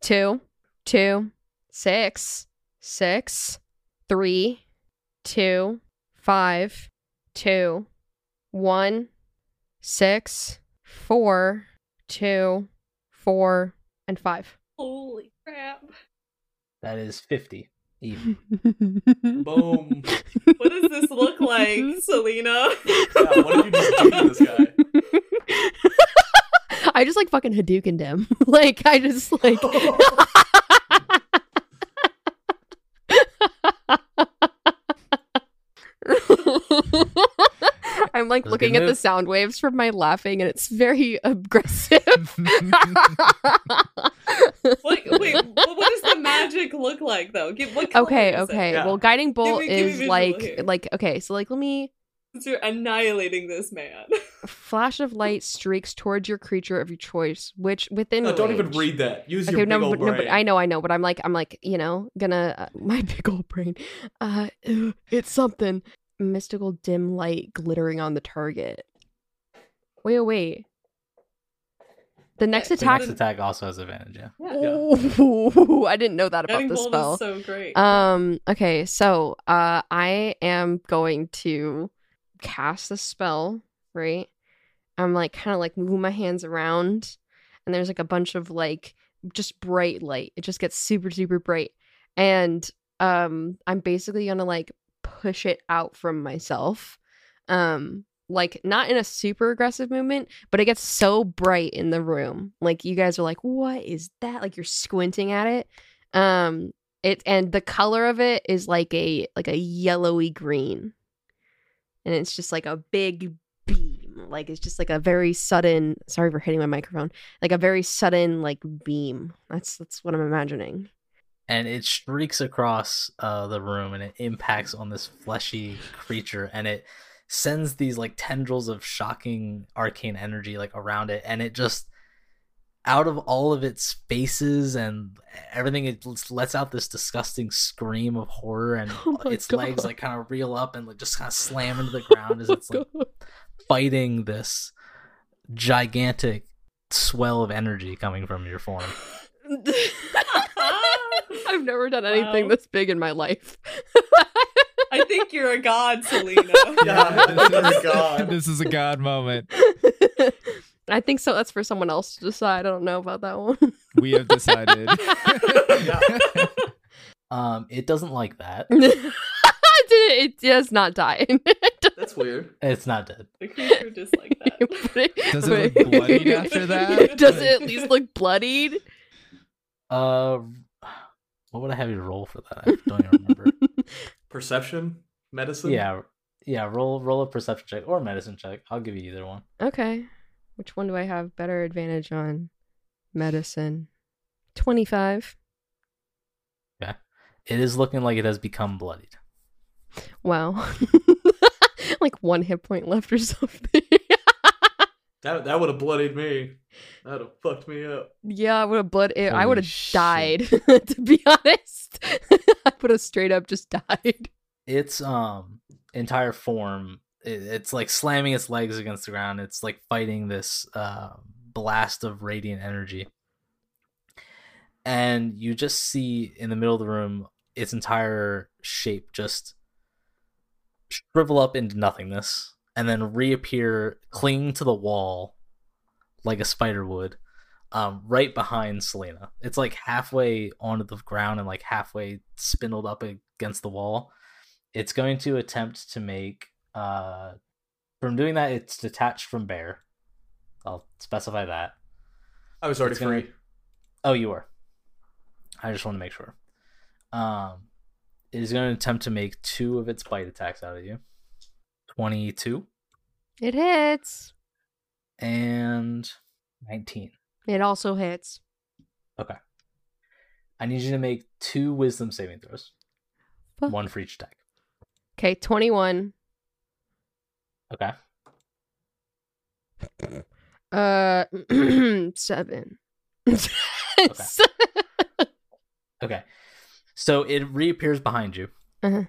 Two, two, six, six, three, two, five, two, one, six, four, two, four, and five. Holy crap! That is 50 even. Boom. What does this look like, Selena? Yeah, what did you just do to this guy? I just like fucking Hadoukened him. Like I just like I'm like That's a looking good at the move. sound waves from my laughing, and it's very aggressive. What, wait, but what does the magic look like though? Give, what color okay, is it? okay. Yeah. Well, guiding bolt me- give me is visual like here. like okay. So like, let me Since you're annihilating this man. flash of light streaks towards your creature of your choice, which within No, don't even range- read that. Use Okay, your no, big but, old no, brain. but I know, I know, but I'm like, I'm like, you know, gonna uh, my big old brain. Uh, it's something mystical, dim light glittering on the target. Wait, oh, wait. The next The The attack. next attack also has advantage, yeah. Ooh, I didn't know that about Getting this bold spell. is so great. Um. Okay. So, uh, I am going to cast the spell. Right. I'm like kind of like moving my hands around, and there's like a bunch of like just bright light. It just gets super super bright, and um, I'm basically gonna like push it out from myself. Um, like not in a super aggressive movement, but it gets so bright in the room. Like you guys are like, what is that? Like you're squinting at it. Um, it and the color of it is like a like a yellowy green and it's just like a big beam like it's just like a very sudden sorry for hitting my microphone like a very sudden like beam that's that's what i'm imagining And it streaks across uh, the room and it impacts on this fleshy creature and it sends these like tendrils of shocking arcane energy like around it and it just out of all of its faces and everything it just lets out this disgusting scream of horror and Oh my its legs God. Oh like kind of reel up and like just kind of slam into the ground as it's like fighting this gigantic swell of energy coming from your form. i've never done anything Wow. this big in my life I think you're a god, Selena. Yeah, this this is- is God. this is a god moment. i think so that's for someone else to decide i don't know about that one We have decided. Yeah. Um, it doesn't like that. Did did it. It does not die. That's weird. It's not dead. The creature just like that. But it- Does but- it look bloodied after that? Does it at least look bloodied? Uh, what would I have you roll for that? I don't even remember. Perception, medicine. yeah, yeah. Roll, roll a perception check or medicine check. I'll give you either one. Okay. Which one do I have better advantage on? Medicine. 25. It is looking like it has become bloodied. Wow. like one hit point left or something. That that would have bloodied me. That'd have fucked me up. yeah, I would have blood it. I Holy would have shit. died, to be honest. I would have straight up just died. Its um entire form, it, it's like slamming its legs against the ground. It's like fighting this uh blast of radiant energy. And you just see in the middle of the room its entire shape just shrivel up into nothingness and then reappear, cling to the wall like a spider would, um, right behind Selena. It's like halfway onto the ground and like halfway spindled up against the wall. It's going to attempt to make, uh, from doing that, it's detached from Bear. I'll specify that. I was already It's gonna- free. Oh, you were. I just want to make sure. Um, it is going to attempt to make two of its bite attacks out of you. 22 It hits. and 19. It also hits. I need you to make two wisdom saving throws. Fuck. One for each attack. Okay, 21. Okay. Uh, seven. Okay. So it reappears behind you. Uh-huh.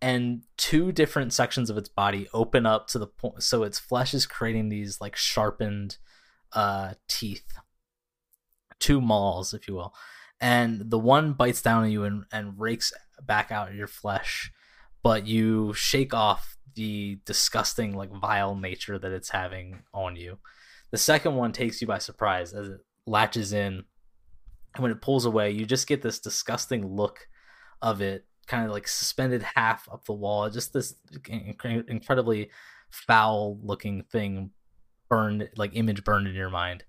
and two different sections of its body open up to the point so its flesh is creating these like sharpened uh teeth two mauls if you will and the one bites down on you and, and rakes back out your flesh but you shake off the disgusting like vile nature that it's having on you the second one takes you by surprise as it latches in and when it pulls away you just get this disgusting look of it kind of like suspended half up the wall just this inc- incredibly foul looking thing burned like image burned in your mind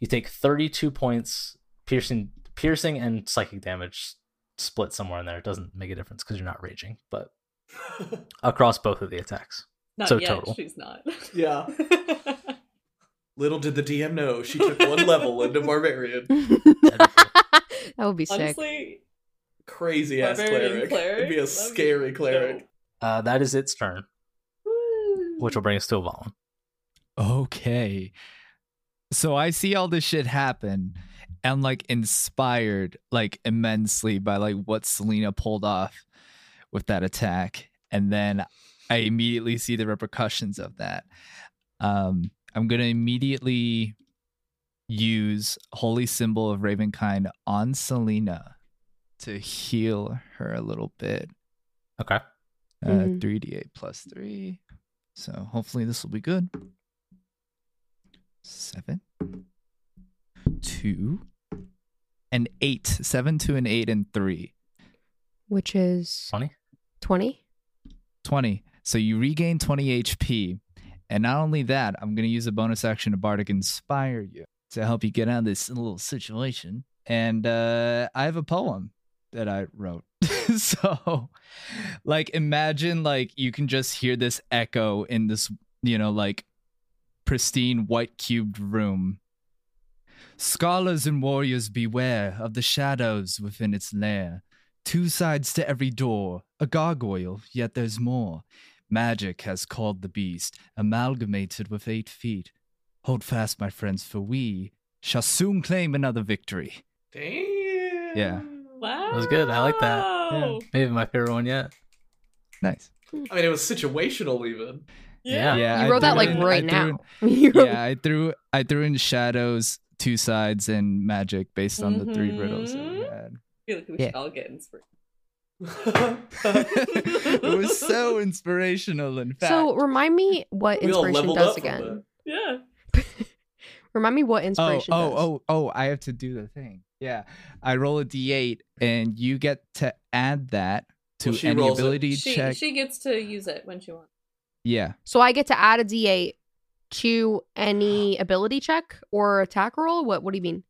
you take 32 points piercing piercing and psychic damage split somewhere in there it doesn't make a difference because you're not raging but across both of the attacks Not So yet. total. She's not. yeah. Little did the DM know she took one level into barbarian. that would be sick. Honestly, Crazy ass Barbarian cleric. It'd be a cleric? scary cleric. uh, that is its turn Woo. which will bring us to a Valen. Okay. So I see all this shit happen and like inspired like immensely by like what Selena pulled off with that attack and then I immediately see the repercussions of that. Um I'm going to immediately use holy symbol of ravenkind on Selena to heal her a little bit. okay Uh Mhm. 3d8 plus 3. So hopefully this will be good. 7 2 and 8. 7 2 and 8 and 3. Which is 20 20? 20. So you regain 20 HP. And not only that, I'm going to use a bonus action to bardic inspire you to help you get out of this little situation. And uh, I have a poem that I wrote. so, like, imagine like you can just hear this echo in this, you know, like pristine white cubed room. Scholars and warriors beware of the shadows within its lair. Two sides to every door, a gargoyle, yet there's more. Magic has called the beast, amalgamated with eight feet. Hold fast, my friends, for we shall soon claim another victory. Damn. Yeah. Wow. That was good. I like that. Yeah. maybe my favorite one yet Nice. I mean, it was situational even. Yeah. You wrote that, like, threw in- right I threw now. You in- wrote- yeah, I threw I threw in shadows, two sides, and magic based on the three riddles that Mm-hmm. we Mhm. had. I feel like we Yeah. should all get inspired. it was so inspirational. In fact, So remind me what We all inspiration leveled does up from again. Yeah. Remind me what Oh, inspiration does. oh, oh, oh, I have to do the thing. Yeah. I roll a d8 and you get to add that to Well, she any rolls it. ability She check. she gets to use it when she wants. Yeah. So I get to add a D8 to any ability check or attack roll. What What do you mean?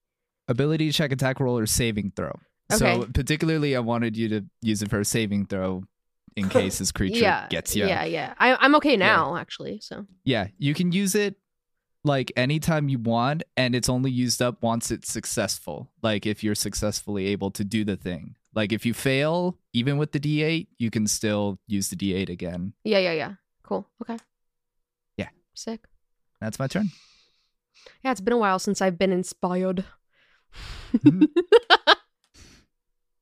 Ability check, attack roll, or saving throw. So Okay. particularly, I wanted you to use it for a saving throw in case this creature yeah, gets you. Yeah, yeah. I, I'm okay now, actually. So Yeah, you can use it like anytime you want, and it's only used up once it's successful. Like if you're successfully able to do the thing. Like if you fail, even with the D8, you can still use the D8 again. yeah, yeah, yeah. Cool. Okay. Yeah. Sick. That's my turn. Yeah, it's been a while since I've been inspired. Mm-hmm.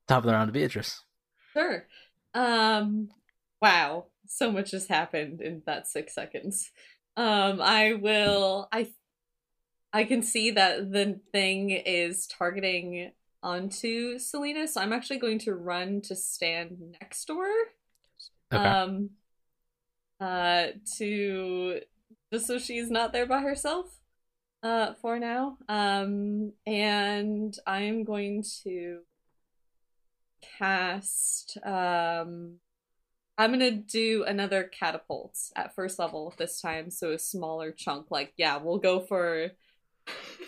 Top of the round to Beatrice. Sure. Um wow, so much has happened in that 6 seconds. Um I will I I can see that the thing is targeting onto Selena, so I'm actually going to run to stand next to her. Okay. Um uh to just so she's not there by herself uh for now. Um and I'm going to cast um I'm gonna do another catapult at first level this time, so a smaller chunk. Like, yeah, we'll go for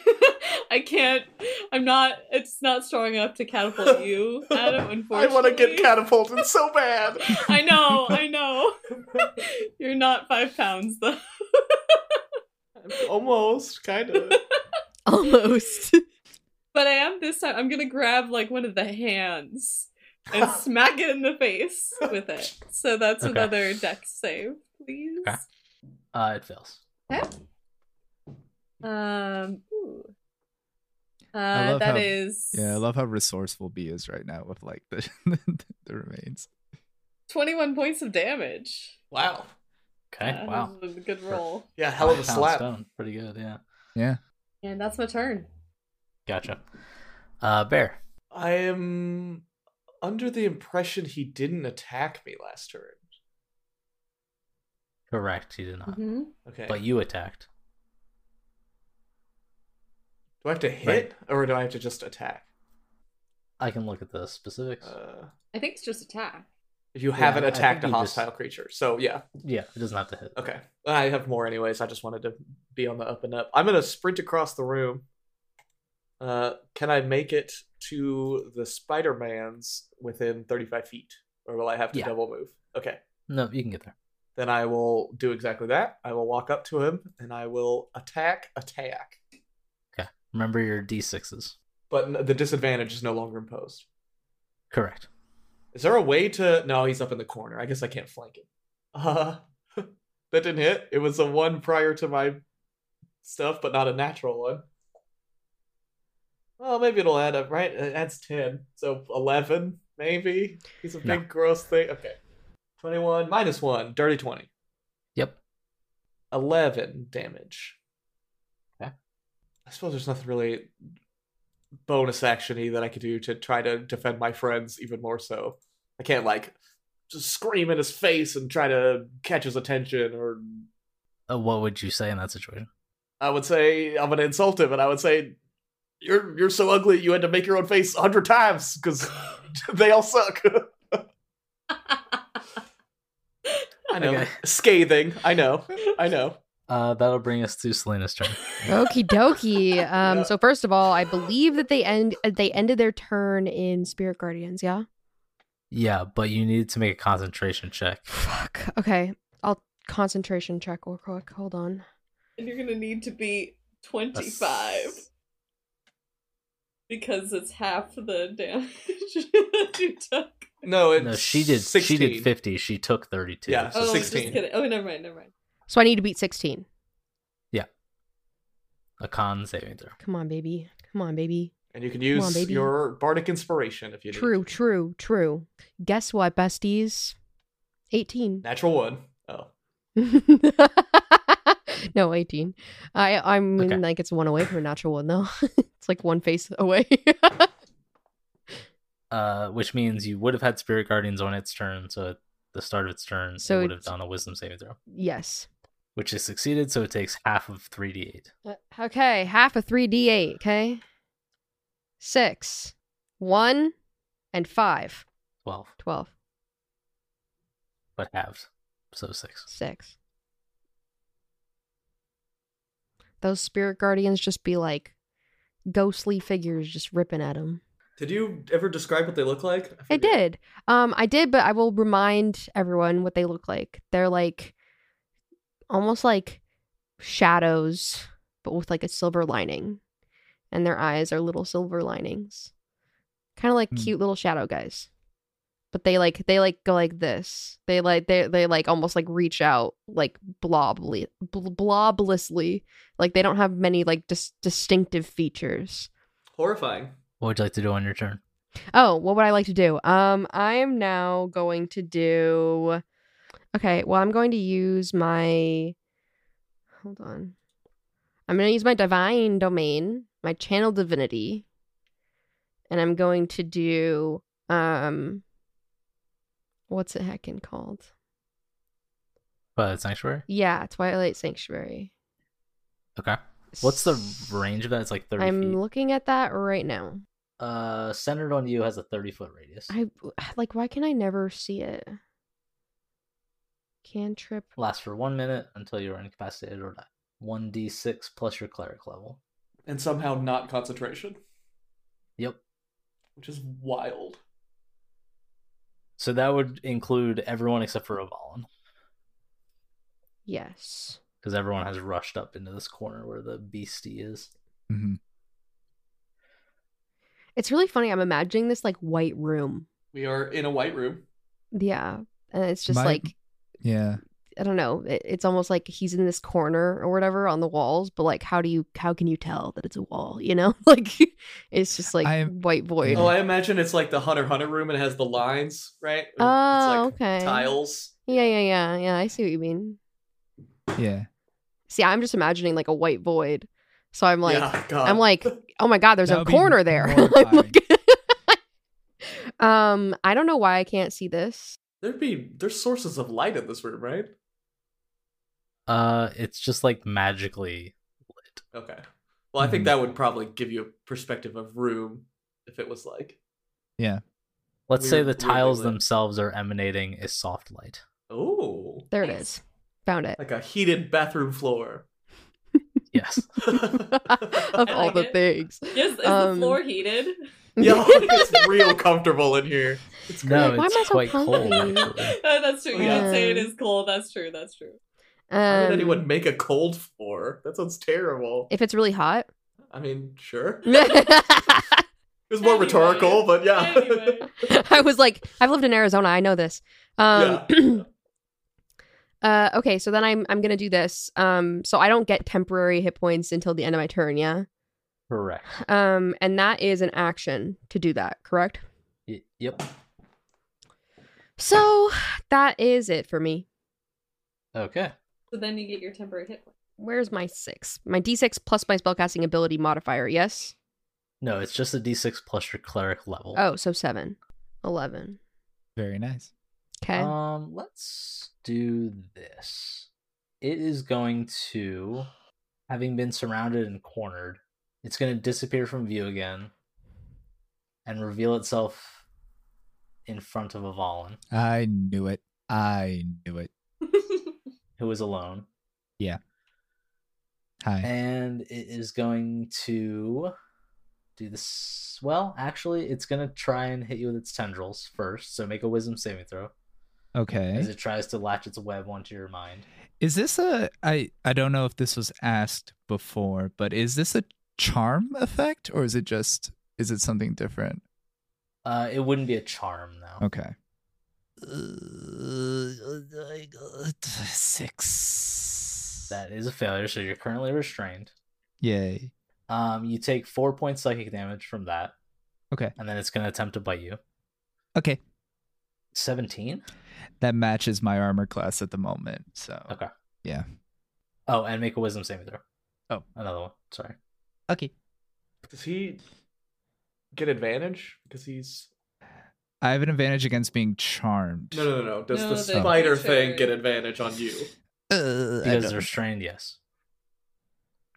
I can't I'm not it's not strong enough to catapult you, Adam, I unfortunately. want to get catapulted so bad. I know, I know. You're not five pounds though. Almost, kind of. Almost. But I am this time. I'm gonna grab like one of the hands and smack it in the face with it. So that's Okay. another dex save, please. Okay. Uh, it fails. Um. ooh. I Uh, love that how- is yeah, I love how resourceful B is right now with like the the remains. 21 points of damage. Wow. Okay. Uh, wow. that was a Good roll. Yeah, hell of a Five pound slap. Stone. Pretty good. Yeah. Yeah. And that's my turn. Gotcha. Uh, bear. I am under the impression he didn't attack me last turn. Correct. He did Ah. not. hmm Okay. But you attacked. do I have to hit or do I have to just attack? I can look at the specifics. Uh, I think it's just attack. you Yeah, haven't I- I attacked a think you just- hostile creature, so yeah. yeah, it doesn't have to hit. Okay. I have more anyways. I just wanted to be on the up and up. I'm gonna sprint across the room. Uh, can I make it to the Spider Man's within 35 feet, or will I have to Yeah. double move? Okay. No, you can get there. Then I will do exactly that. I will walk up to him and I will attack, attack. Remember your d6s. But n- the disadvantage is no longer imposed. Correct. Is there a way to? No, he's up in the corner. I guess I can't flank him. Uh, that didn't hit. It was a one prior to my stuff, but not a natural one. Well, maybe it'll add up, right? It adds ten, so eleven, maybe. He's a No. big, gross thing. Okay, twenty-one minus one, dirty twenty. Yep. 11 damage. Okay. I suppose there's nothing really bonus actiony that I could do to try to defend my friends even more so. I can't like just scream in his face and try to catch his attention or Uh, what would you say in that situation? I would say I'm gonna insult him and I would say you're you're so ugly you had to make your own face a hundred times because they all suck. I know. Okay. Scathing. I know. I know. Uh, that'll bring us to Selena's turn. Okie dokie. Um, Yeah. So first of all, I believe that they end uh, they ended their turn in Spirit Guardians. Yeah. yeah, but you need to make a concentration check. Fuck. Okay. I'll concentration check real quick. Hold on. And you're gonna need to be A s- 25 because it's half the damage that you took. No, it's No, she did. 16. She did fifty. She took thirty-two. Yeah. So oh, 16. just kidding. Oh, never mind, never mind. So I need to beat sixteen. A con saving throw. Come on, baby. Come on, baby. And you can Come use on, baby. your bardic inspiration if you need. True, true, true. Guess what, besties? Eighteen. Natural one. Oh. no, eighteen. I I mean Okay. like it's one away from a natural one though. it's like one face away. Uh, which means you would have had Spirit Guardians on its turn. So at the start of its turn, So it would have it's- done a Wisdom saving throw, yes. which is succeeded. So it takes half of three d eight. Uh, okay, half a 3d8, okay? 6, 1, and 5, Twelve. 12. but halved. So six. Six. Those spirit guardians just be like ghostly figures just ripping at him. Did you ever describe what they look like? I forget. did. Um, I did, but I will remind everyone what they look like. They're like almost like shadows, but with like a silver lining, and their eyes are little silver linings, kind of like Hmm. cute little shadow guys. But they like they like go like this. They like they they like almost like reach out like blobly bl- bloblessly. Like they don't have many like dis- distinctive features. Horrifying. What would you like to do on your turn? Oh, what would I like to do? Um, I am now going to do. Okay, well, I'm going to use my. Hold on. I'm going to use my divine domain, my channel divinity, and I'm going to do um. What's it heckin' called? Twilight Sanctuary. Yeah, Twilight Sanctuary. Okay. What's the range of that? It's like 30 I'm feet. looking at that right now. Uh, centered on you has a 30 foot radius. I like. Why can I never see it? Cantrip Lasts for one minute until you are incapacitated or die. 1d6 plus your cleric level. And somehow not concentration, Yep. which is wild. So that would include everyone except for Ovalon, Yes. because everyone has rushed up into this corner where the beastie is. Mhm. It's really funny. I'm imagining this like white room. We are in a white room. Yeah. And it's just My- like, Yeah. I don't know. It, it's almost like he's in this corner or whatever on the walls, but like, how do you, how can you tell that it's a wall? You know, like it's just like I'm- white void. Oh, I imagine it's like the Hunter Hunter room and it has the lines, right? It's Oh, like okay. tiles. Yeah. Yeah. Yeah. Yeah. I see what you mean. Yeah. See, I'm just imagining like a white void. So I'm like, yeah, God. I'm like, oh my God, there's That a would be corner there. I'm like- um, I don't know why I can't see this. There'd be there's sources of light in this room, right? Uh, it's just like magically lit. Okay. Well, I think Hmm. Mhm. that would probably give you a perspective of room if it was like Let's say Weird- the weirdly tiles lit. themselves are emanating a soft light. oh, There it Nice. is. Found it. like a heated bathroom floor. Yes. of I all like the it. things. Is, is the Um, floor heated? Yo, it's real comfortable in here. It's great. no, Why am I it's so quite cold. comfy? Actually. Oh, that's true. You did say it Um, is cold. That's true. That's true. Why Um, would anyone make a cold floor? That sounds terrible. if it's really hot. I mean, sure. It I was more Anyway. rhetorical, but yeah. Anyway, was like, I've lived in Arizona. I know this. Um, yeah. uh, okay, so then I'm I'm gonna do this. Um, so I don't get temporary hit points until the end of my turn. Yeah. Correct. Um, and that is an action to do that. Correct. Y- yep. So that is it for me. Okay. so then you get your temporary hit point. Where's my six? My D6 plus my spellcasting ability modifier. Yes. No, it's just a d6 plus your cleric level. Oh, so seven. Eleven. Very nice. Okay. Um, let's do this. It is going to, having been surrounded and cornered, it's going to disappear from view again and reveal itself in front of Avalon, I knew it. I knew it. who is alone. Hi. And it is going to do this. Well, actually, it's going to try and hit you with its tendrils first. So make a wisdom saving throw as Okay. it tries to latch its web onto your mind. Is this a I I don't know if this was asked before, but is this a charm effect or is it just is it something different? Uh, it wouldn't be a charm, though. Okay. Uh, Six. That is a failure, so you're currently restrained. Yay. Um, you take four points psychic damage from that, Okay. and then it's gonna attempt to bite you. Okay. Seventeen. That matches my armor class at the moment. So Okay. Yeah. Oh, and make a wisdom saving throw. Oh. another one. Sorry. Okay. Does he get advantage because he's I have an advantage against being charmed. no, no, no, no. Does No, the the spider creature- thing get advantage on you? Uh, I Because don't- restrained, yes.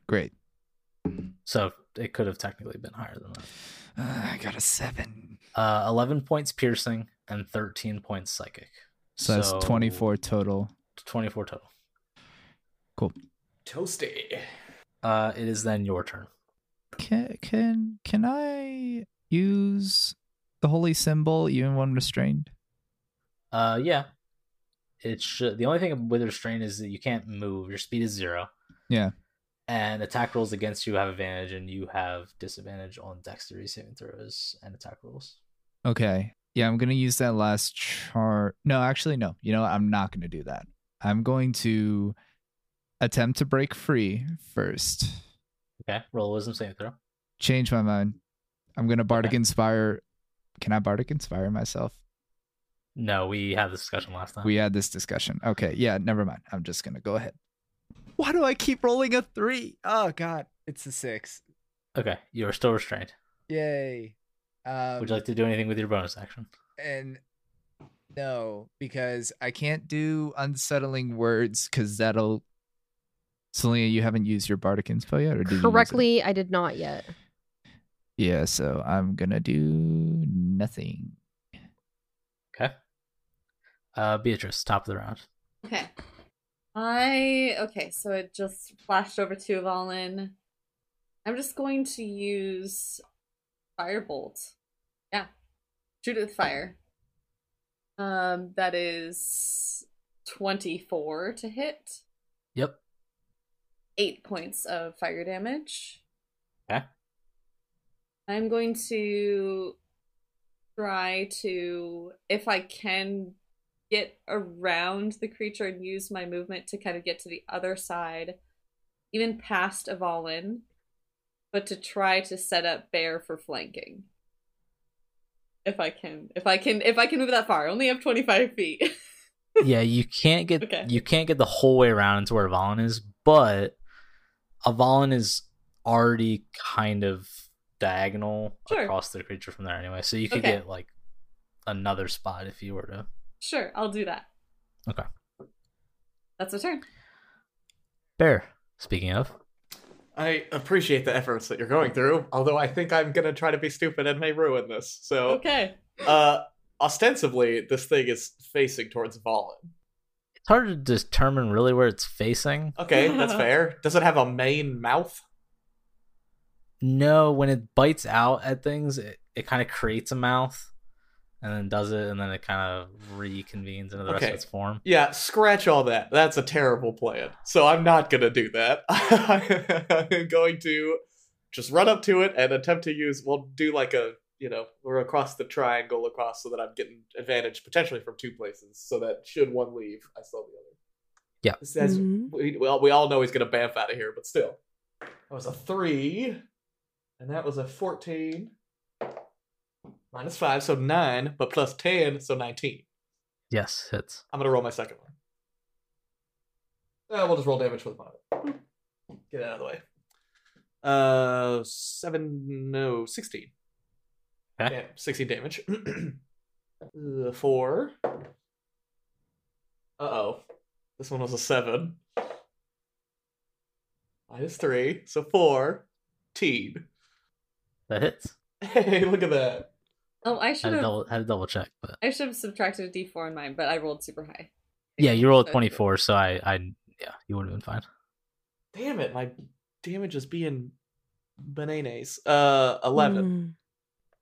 Great. So it could have technically been higher than that. Uh, I got a seven. Uh, Eleven points piercing and thirteen points psychic. So, So- that's 24 total. 24 total. Toasty. Uh, it is then your turn. Can can can I use the holy symbol even when restrained? Uh, yeah. It should. The only thing with restraint is that you can't move. Your speed is zero. Yeah. And attack rolls against you have advantage, and you have disadvantage on dexterity saving throws and attack rolls. Okay. Yeah, I'm gonna use that last chart. No, actually, no. You know, what? I'm not gonna do that. I'm going to attempt to break free first. Okay. Roll a wisdom saving throw. Change my mind. I'm gonna bardic Okay. inspire. Can I bardic inspire myself? No, we had this discussion last time. We had this discussion. Okay, yeah, never mind. I'm just gonna go ahead. Why do I keep rolling a three? Oh God, it's a six. okay. You are still restrained. Yay. Um, Would you like to do anything with your bonus action? and no, because I can't do unsettling words because that'll. Selena, you haven't used your bardic info yet, or did You Correctly, I did not yet. use it? Yeah, so I'm gonna do nothing. Okay. Uh, Beatrice, top of the round. Okay. I okay, so it just flashed over to Valen. I'm just going to use firebolt. Yeah. Shoot it with fire. Um that is 24 to hit. Yep. 8 points of fire damage. Okay. I'm going to try to if I can get around the creature and use my movement to kind of get to the other side, even past Avalon, but to try to set up Bear for flanking. If I can, if I can, if I can move that far, I only have twenty five feet. yeah, you can't get Okay. you can't get the whole way around into where Avalon is, but Avalon is already kind of diagonal Sure. across the creature from there anyway, so you could Okay. get like another spot if you were to. sure, I'll do that. Okay. That's a turn. Bear. Speaking of, I appreciate the efforts that you're going through, although I think I'm gonna try to be stupid and may ruin this. So, Okay. uh, ostensibly, this thing is facing towards Valen. it's hard to determine really where it's facing. Okay, that's fair. Does it have a main mouth? No, when it bites out at things, it, it kind of creates a mouth, and then does it, and then it kind of reconvenes into the rest Okay. of its form. Yeah, scratch all that. That's a terrible plan. So I'm not gonna do that. I'm going to just run up to it and attempt to use. We'll do like a you know we're across the triangle across so that I'm getting advantage potentially from two places. So that should one leave, I still have the other. Yeah. This has- Mhm. we, well, we all know he's gonna bamf out of here, but still, that was a three, and that was a fourteen. Minus five, so nine, but plus ten, so nineteen. Yes, hits. I'm gonna roll my second one. Uh, we'll just roll damage with one of it. Get it out of the way. Uh, seven, no, sixteen. Okay. Yeah, sixteen damage. Uh, Four. Uh oh, this one was a seven. Minus three, so four. Teen. That hits. Hey, look at that. Oh, I I should had to have. double, had to double check, but I should have subtracted a D four in mine, but I rolled super high. Yeah, you rolled So- twenty four, so I, I, yeah, you would have been fine. Damn it, my damage is being bananas. Uh, eleven. Mm.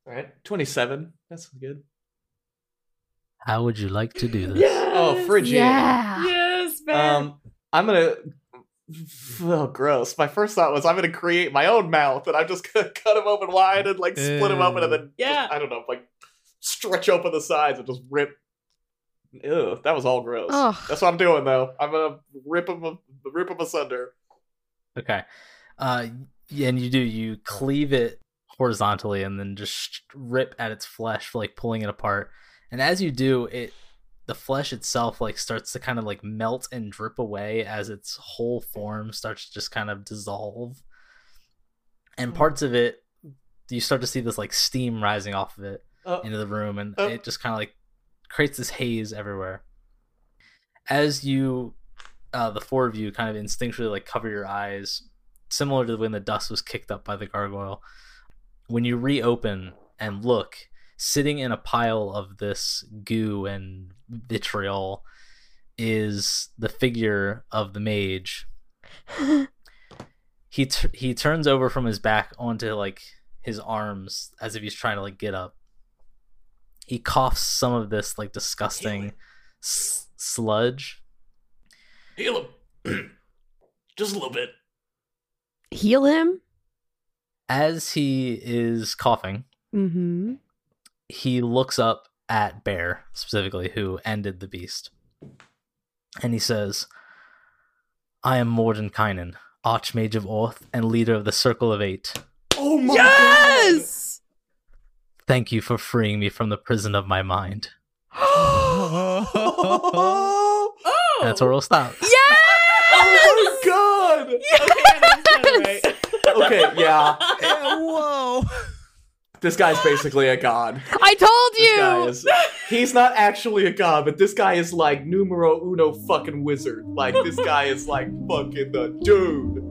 All right, twenty-seven. That's good. How would you like to do this? Yes! Oh, frigid. Yeah. Yes, man. Um, I'm gonna. Oh, gross. My first thought was I'm gonna create my own mouth, and I'm just gonna cut him open wide and like split him open, and then just- Yeah. I don't know, like stretch open the sides and just rip. Ew, that was all gross. Ugh. That's what I'm doing though. I'm gonna rip him, rip him asunder. Okay, uh, yeah, and you do you cleave it horizontally and then just rip at its flesh, like pulling it apart. And as you do, it the flesh itself like starts to kind of like melt and drip away as its whole form starts to just kind of dissolve. And parts of it, you start to see this like steam rising off of it. Uh, into the room and Oh. it just kind of like creates this haze everywhere as you uh, the four of you kind of instinctually like cover your eyes similar to when the dust was kicked up by the gargoyle when you reopen and look sitting in a pile of this goo and vitriol is the figure of the mage. He t- he turns over from his back onto like his arms as if he's trying to like get up. He coughs some of this like disgusting s- sludge. Heal him. Just a little bit. Heal him. As he is coughing, Mm-hmm. he looks up at Bear, specifically, who ended the beast. And he says, I am Mordenkainen, Archmage of Orth and leader of the Circle of Eight. Oh my god! Yes. Thank you for freeing me from the prison of my mind. Oh, Oh, And that's where we'll stop. Oh Yes. my god! okay, that's Okay, yeah. yeah, whoa. This guy's basically a god. I told This guy you. is. He's not actually a god, but this guy is like numero uno fucking wizard. Like, this guy is like fucking the dude.